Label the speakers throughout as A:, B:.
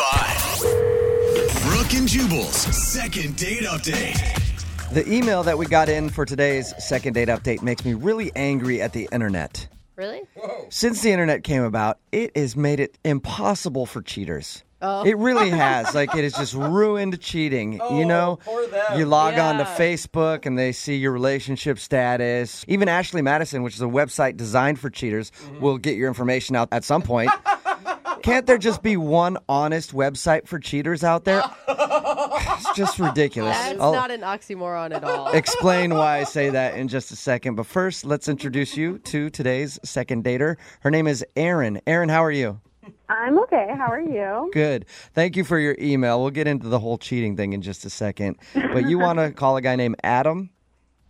A: 3.5. Brooke and Jubal's second date update.
B: The email that we got in for today's second date update makes me really angry at the internet.
C: Really?
B: Since the internet came about, it has made it impossible for cheaters. It really has. Like it has just ruined cheating. you know, you log on to
C: Yeah.
B: Facebook and they see your relationship status. Even Ashley Madison, which is a website designed for cheaters, will get your information out at some point. Can't there just be one honest website for cheaters out there? it's just ridiculous.
C: That's
B: I'll-
C: not an oxymoron at all.
B: explain why I say that in just a second. But first, let's introduce you to today's second dater. Her name is Erin. Erin, how are you?
D: I'm okay. How are you?
B: Good. Thank you for your email. We'll get into the whole cheating thing in just a second. But you want to call a guy named Adam?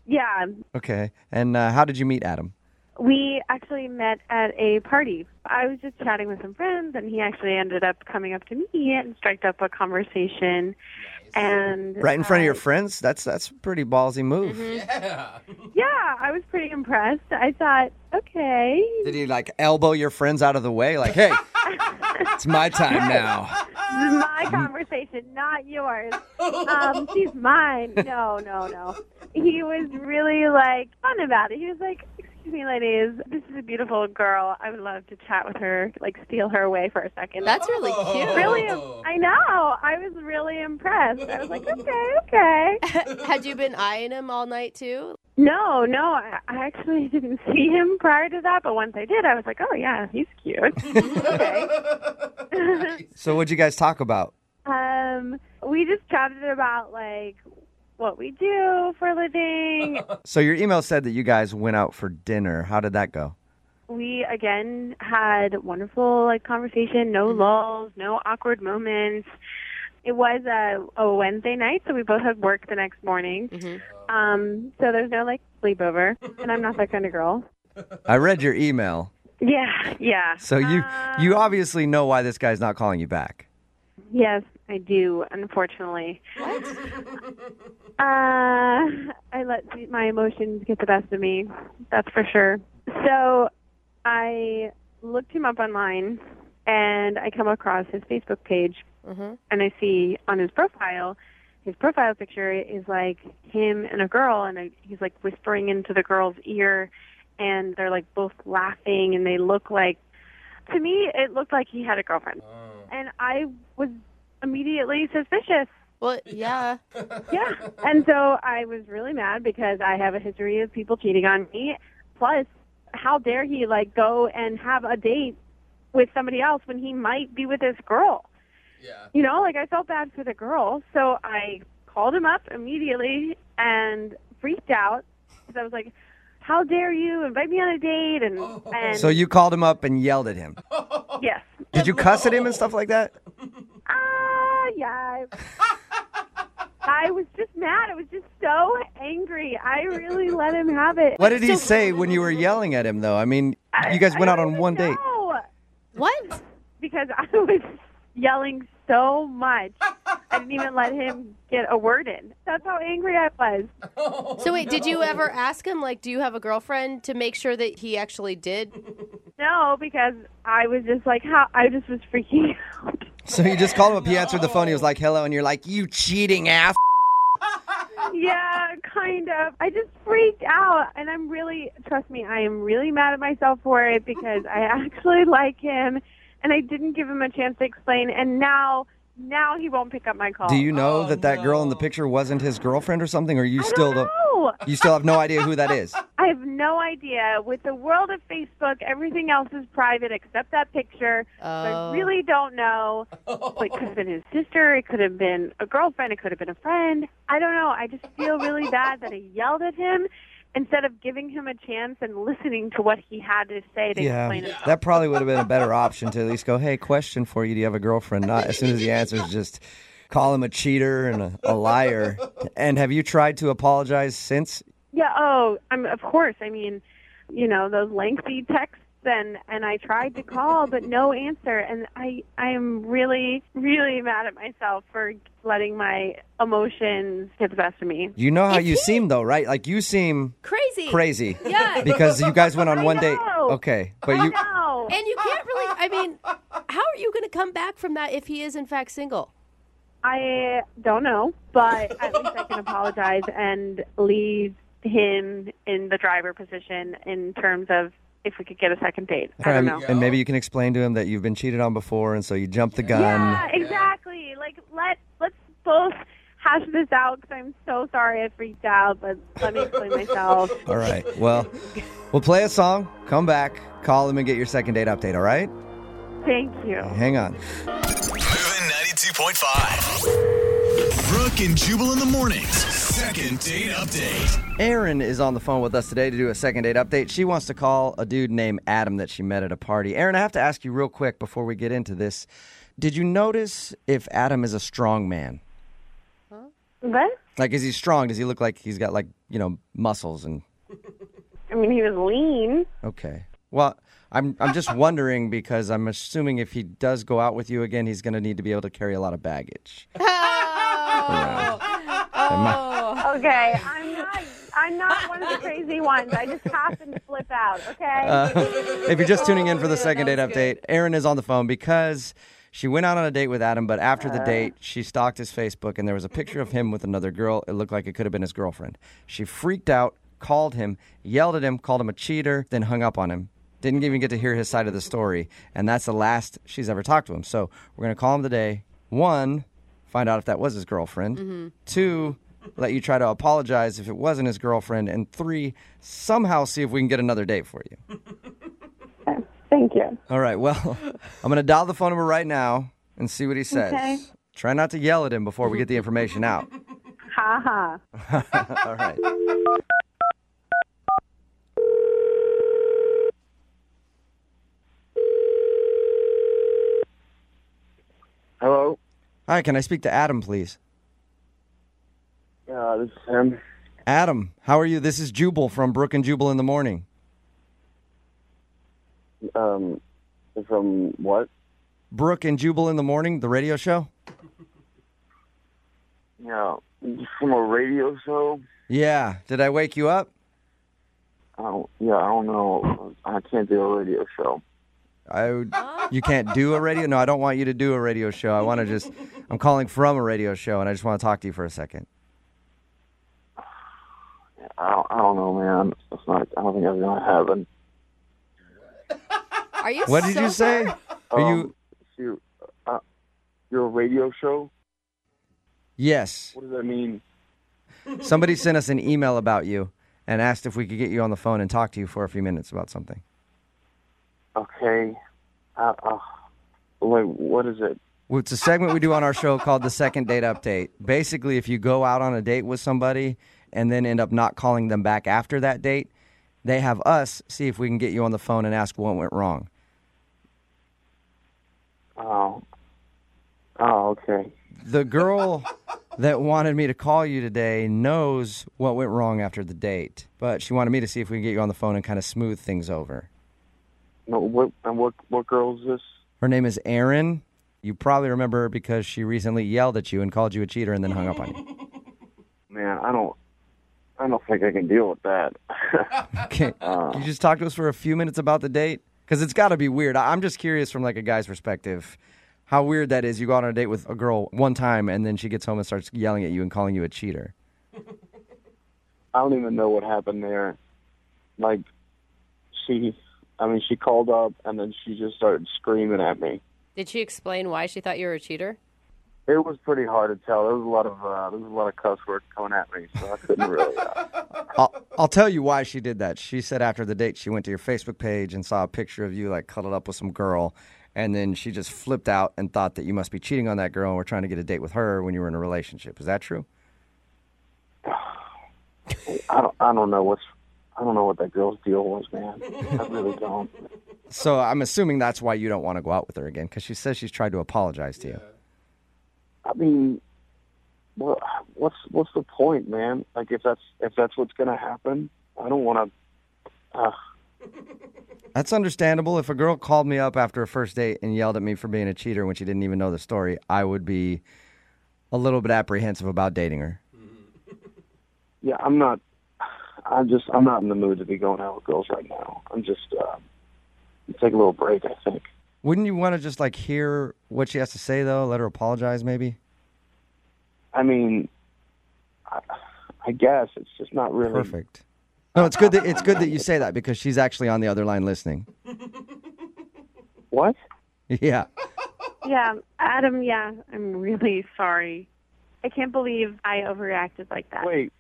D: Yeah,
B: Okay. And uh, how did you meet Adam?
D: we actually met at a party. I was just chatting with some friends, and he actually ended up coming up to me and striked up a conversation. And uh,
B: Right in front of your friends? That's that's a pretty ballsy move.
D: yeah, I was pretty impressed. I thought, okay,
B: Did he like elbow your friends out of the way? Like, hey, it's my time now.
D: this is
B: Ah!
D: my conversation, not yours. Um, she's mine. No, no, no. He was really like fun about it. He was like, "Excuse me, ladies, this is a beautiful girl. I would love to chat with her, like steal her away for a second.
C: That's really cute.
D: really I know. I was really impressed. I was like, okay, okay.
C: Had you been eyeing him all night too?
D: No, no, I I actually didn't see him prior to that, but once I did, I was like, oh yeah, he's cute.
B: So, what'd you guys talk about?
D: um, we just chatted about like what we do for a living.
B: So, your email said that you guys went out for dinner. How did that go?
D: we again had wonderful like conversation, no lulls, no awkward moments. It was a, a Wednesday night, so we both had work the next morning. Um, so there's no like sleepover, and I'm not that kind of girl.
B: I read your email.
D: Yeah, yeah. Uh,
B: So you you
D: Um,
B: obviously know why this guy's not calling you back.
D: Yes, I do. Unfortunately,
C: What?
D: uh, I let the- my emotions get the best of me. That's for sure. So I looked him up online, and I come across his Facebook page, and I see on his profile, his profile picture is like him and a girl, and I, he's like whispering into the girl's ear, and they're like both laughing, and they look like. To me, it looked like he had a girlfriend and I was immediately suspicious.
C: Well, yeah.
D: Yeah. and so I was really mad because I have a history of people cheating on me. Plus, how dare he like go and have a date with somebody else when he might be with this girl? Yeah. You know, like I felt bad for the girl, so I called him up immediately and freaked out because I was like, "How dare you invite me on a date?" And and
B: So you called him up and yelled at him.
D: yes,
B: Did you cuss at him and stuff like that?
D: Ah, yeah. I was just mad. I was just so angry. I really let him have it.
B: What did he say when you were yelling at him though? I mean, you guys went out on one date.
D: No,
C: What?
D: because I was yelling so much. I didn't even let him get a word in. That's how angry I was.
C: So wait, did
B: Oh,
C: you ever ask him like, do you have a girlfriend to make sure that he actually did?
D: No, because I was just like, how? I just was freaking out.
B: So you just called him up, he answered the phone, he was like, "Hello," and you're like, "You cheating ass."
D: yeah, kind of. I just freaked out, and I'm really, trust me, I am really mad at myself for it because I actually like him, and I didn't give him a chance to explain, and now, now he won't pick up my call.
B: Do you know that that girl in the picture wasn't his girlfriend or something or you
D: I
B: still don't
D: don't know.
B: you still have no idea who that is?
D: I have no idea. With the world of Facebook, everything else is private except that picture. So
C: Oh.
D: I really don't know. It could have been his sister. It could have been a girlfriend. It could have been a friend. I don't know. I just feel really bad that I yelled at him instead of giving him a chance and listening to what he had to say to explain
B: Yeah.
D: himself.
B: That probably would have been a better option to at least go, "Hey, question for you. Do you have a girlfriend?" Not as soon as he answers just call him a cheater and a, a liar. And have you tried to apologize since?
D: Yeah. Oh, I'm of course. I mean, you know, those lengthy texts then and I tried to call but no answer and I I am really really mad at myself for letting my emotions get the best of me.
B: You know how
C: If
B: you
C: he-
B: seem though, right? Like you seem
C: Crazy.
B: crazy.
C: Yeah.
B: Because you guys went on
D: I
B: one date.
D: know.
B: Okay. But
D: I
B: you
D: know.
C: And you can't really. I mean, how are you going to come back from that if he is in fact single?
D: I don't know, but at least I can apologize and leave him in the driver position in terms of if we could get a second date. I don't
B: Um,
D: know.
B: and maybe you can explain to him that you've been cheated on before and so you jumped the gun.
D: Yeah, exactly. Like let let's both hash this out because I'm so sorry I freaked out, but let me explain myself.
B: All right. Well, we'll play a song, come back, call him and get your second date update, all right?
D: Thank you.
B: Hang on.
A: Moving 92.5. Brooke and Jubal in the mornings. Second date update.
B: Erin is on the phone with us today to do a second date update. She wants to call a dude named Adam that she met at a party. Erin, I have to ask you real quick before we get into this. Did you notice if Adam is a strong man?
D: What?
B: Like, is he strong? Does he look like he's got, like, you know, muscles and.
D: I mean, he was lean.
B: Okay. Well, I'm, I'm just wondering because I'm assuming if he does go out with you again, he's going to need to be able to carry a lot of baggage.
D: Okay, I'm not. I'm not one of the crazy ones. I just happened to flip out. Okay.
B: if you're just tuning in for the second date update, Erin is on the phone because she went out on a date with Adam, but after the date, she stalked his Facebook and there was a picture of him with another girl. It looked like it could have been his girlfriend. She freaked out, called him, yelled at him, called him a cheater, then hung up on him. Didn't even get to hear his side of the story. And that's the last she's ever talked to him. So we're going to call him today. One, find out if that was his girlfriend. Two, let you try to apologize if it wasn't his girlfriend. And three, somehow see if we can get another date for you.
D: Thank you.
B: All right. Well, I'm going to dial the phone number right now and see what he says.
D: Okay.
B: Try not to yell at him before we get the information out.
D: Ha ha.
B: All right.
E: Hello.
B: Hi, can I speak to Adam, please?
E: Uh, this is him.
B: Adam, how are you? This is Jubal from Brook and Jubal in the Morning.
E: Um, from what?
B: Brook and Jubal in the Morning, the radio show?
E: Yeah, from a radio show.
B: Yeah. Did I wake you up?
E: I don't, yeah, I don't know. I can't do a radio show.
B: I would- you can't do a radio. No, I don't want you to do a radio show. I want to just I'm calling from a radio show and I just want to talk to you for a second.
E: I don't, I don't know, man. It's not. I don't think that's gonna happen.
C: Are you?
B: What did
C: so
B: you say? Are you
E: Um, shoot, uh, you're a radio show.
B: Yes.
E: What does that mean?
B: Somebody sent us an email about you and asked if we could get you on the phone and talk to you for a few minutes about something.
E: Okay. Uh, uh, wait, what is it?
B: Well, It's a segment we do on our show called the second date update. Basically, if you go out on a date with somebody and then end up not calling them back after that date, they have us see if we can get you on the phone and ask what went wrong.
E: Oh. Oh, okay.
B: The girl that wanted me to call you today knows what went wrong after the date, but she wanted me to see if we can get you on the phone and kind of smooth things over.
E: No, what and what? What girl is this?
B: Her name is Erin. You probably remember her because she recently yelled at you and called you a cheater and then hung up on you.
E: Man, I don't. I don't think I can deal with that.
B: Okay. you just talk to us for a few minutes about the date? Because it's got to be weird. I- I'm just curious from like a guy's perspective how weird that is. You go out on a date with a girl one time and then she gets home and starts yelling at you and calling you a cheater.
E: I don't even know what happened there. Like, she, I mean, she called up and then she just started screaming at me.
C: Did she explain why she thought you were a cheater?
E: It was pretty hard to tell. There was a lot of uh, there was a lot of cuss words coming at me, so I couldn't really. Uh,
B: I'll, I'll tell you why she did that. She said after the date, she went to your Facebook page and saw a picture of you like cuddled up with some girl. And then she just flipped out and thought that you must be cheating on that girl and were trying to get a date with her when you were in a relationship. Is that true?
E: I don't I don't know what's I don't know what that girl's deal was, man. I really don't.
B: So I'm assuming that's why you don't want to go out with her again because she says she's tried to apologize to you.
E: I mean, what, what's what's the point, man? Like, if that's if that's what's gonna happen, I don't want to. Uh,
B: That's understandable. If a girl called me up after a first date and yelled at me for being a cheater when she didn't even know the story, I would be a little bit apprehensive about dating her.
E: Yeah, I'm not. I'm just. I'm not in the mood to be going out with girls right now. I'm just. Uh, take a little break. I think.
B: Wouldn't you want to just like hear what she has to say though? Let her apologize maybe?
E: I mean, I, I guess it's just not really.
B: Perfect. No, it's good that it's good that you say that because she's actually on the other line listening.
E: What?
B: Yeah.
D: Yeah, Adam, yeah, I'm really sorry. I can't believe I overreacted like that.
E: Wait,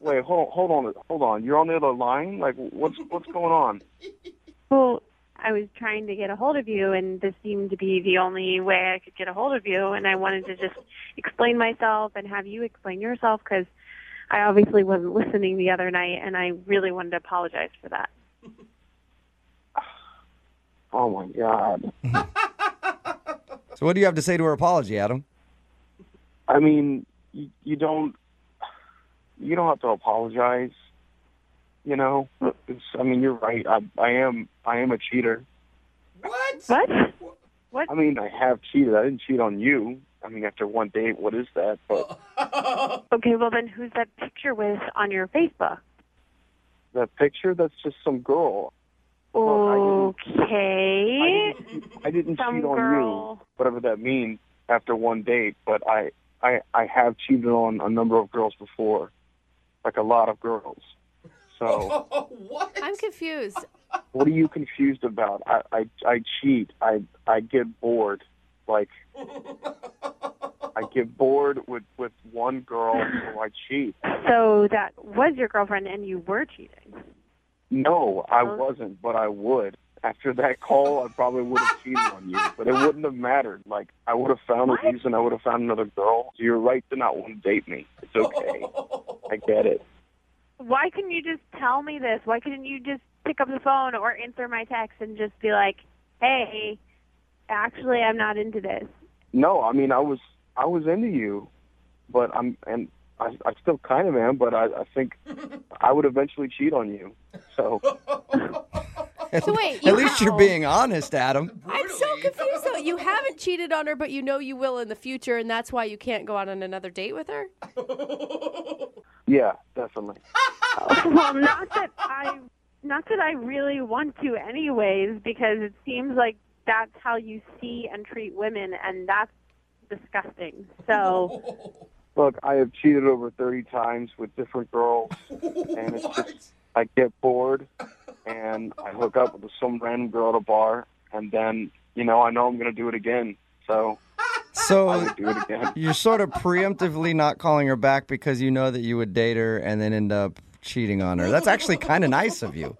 E: wait. Hold, hold on. Hold on. You're on the other line. Like, what's what's going on?
D: Well, I was trying to get a hold of you, and this seemed to be the only way I could get a hold of you. And I wanted to just explain myself and have you explain yourself because I obviously wasn't listening the other night, and I really wanted to apologize for that.
E: Oh my god.
B: So what do you have to say to her apology, Adam?
E: I mean, you, you don't. You don't have to apologize. You know. It's, I mean, you're right. I, I am. I am a cheater.
F: What?
D: What?
E: I mean, I have cheated. I didn't cheat on you. I mean, after one date, what is that? But
D: Okay, well then, who's that picture with on your Facebook?
E: that picture, that's just some girl. Well,
D: Okay.
E: I didn't
D: Some
E: cheat on you,
D: girl.
E: whatever that means, after one date. But I, I, I have cheated on a number of girls before, like a lot of girls. So
F: what?
C: I'm confused.
E: what are you confused about? I, I, I cheat. I, I get bored. Like I get bored with with one girl, so I cheat.
D: So that was your girlfriend, and you were cheating.
E: No, I wasn't, but I would. After that call, I probably would have cheated on you, but it wouldn't have mattered. Like I would have found a reason. I would have found another girl. So you're right to not want to date me. It's okay. I get it.
D: Why couldn't you just tell me this? Why couldn't you just pick up the phone or answer my text and just be like, "Hey, actually, I'm not into this."
E: No, I mean I was I was into you, but I'm and I, I still kind of am, but I, I think I would eventually cheat on you. So
C: So wait, you
B: At least you're being honest, Adam.
C: I'm so confused though. You haven't cheated on her, but you know you will in the future, and that's why you can't go out on another date with her.
E: yeah, definitely.
D: well, not that I, not that I really want to, anyways, because it seems like that's how you see and treat women, and that's disgusting. So
E: Look, I have cheated over 30 times with different girls, and it's just I get bored, and I hook up with some random girl at a bar, and then you know I know I'm gonna do it again, so I
B: So
E: would do it again.
B: you're sort of preemptively not calling her back because you know that you would date her and then end up cheating on her. That's actually kind of nice of you.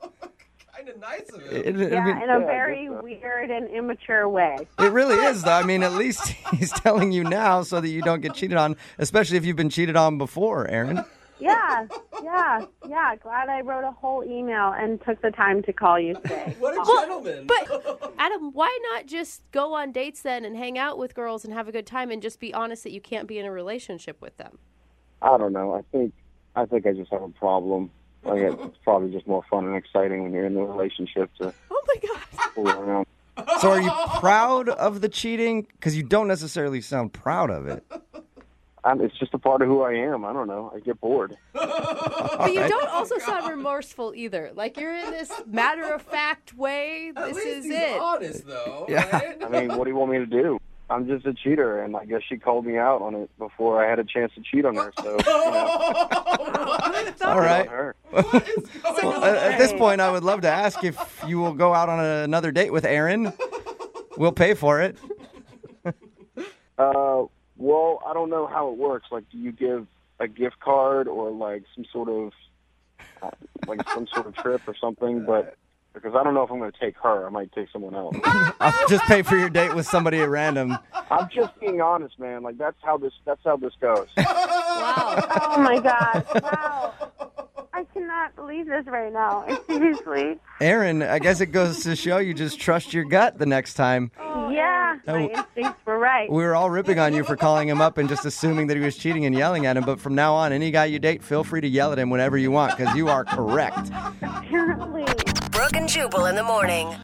F: kind of nice of him.
B: It, it- I mean,
D: yeah, in a
E: guess
D: very
E: so.
D: weird and immature way.
B: it really is, though. I mean, at least he's telling you now so that you don't get cheated on, especially if you've been cheated on before, Aaron.
D: Yeah, yeah, yeah. Glad I wrote a whole email and took the time to call you today.
F: What a gentleman.
C: But Adam, why not just go on dates then and hang out with girls and have a good time and just be honest that you can't be in a relationship with them?
E: I don't know. I think I think I just have a problem. Like it's probably just more fun and exciting when you're in a relationship to
C: Oh my god.
E: fool around.
B: So are you proud of the cheating? Because you don't necessarily sound proud of it.
E: I'm, it's just a part of who I am. I don't know. I get bored.
C: But you don't also
F: Oh,
C: sound remorseful either. Like you're in this matter of fact way.
F: At
C: This
F: least
C: is
F: he's
C: it.
F: honest though, right?
E: I mean, what do you want me to do? I'm just a cheater, and I guess she called me out on it before I had a chance to cheat on her. So, you know,
B: All
E: on
B: right.
E: her.
B: Well, at, at this point, I would love to ask if you will go out on another date with Aaron. We'll pay for it.
E: Uh, well, I don't know how it works. Like, do you give a gift card or like some sort of uh, like some sort of trip or something? But because I don't know if I'm going to take her, I might take someone else.
B: I'll just pay for your date with somebody at random.
E: I'm just being honest, man. Like that's how this that's how this goes.
C: Wow.
D: Oh my god! Wow, I cannot believe this right now. Seriously.
B: Aaron, I guess it goes to show you just trust your gut the next time.
D: Yeah, my
B: w-
D: instincts Oh, were right.
B: We were all ripping on you for calling him up and just assuming that he was cheating and yelling at him. But from now on, any guy you date, feel free to yell at him whenever you want because you are correct.
D: Apparently.
G: Brooke and Jubal in the morning.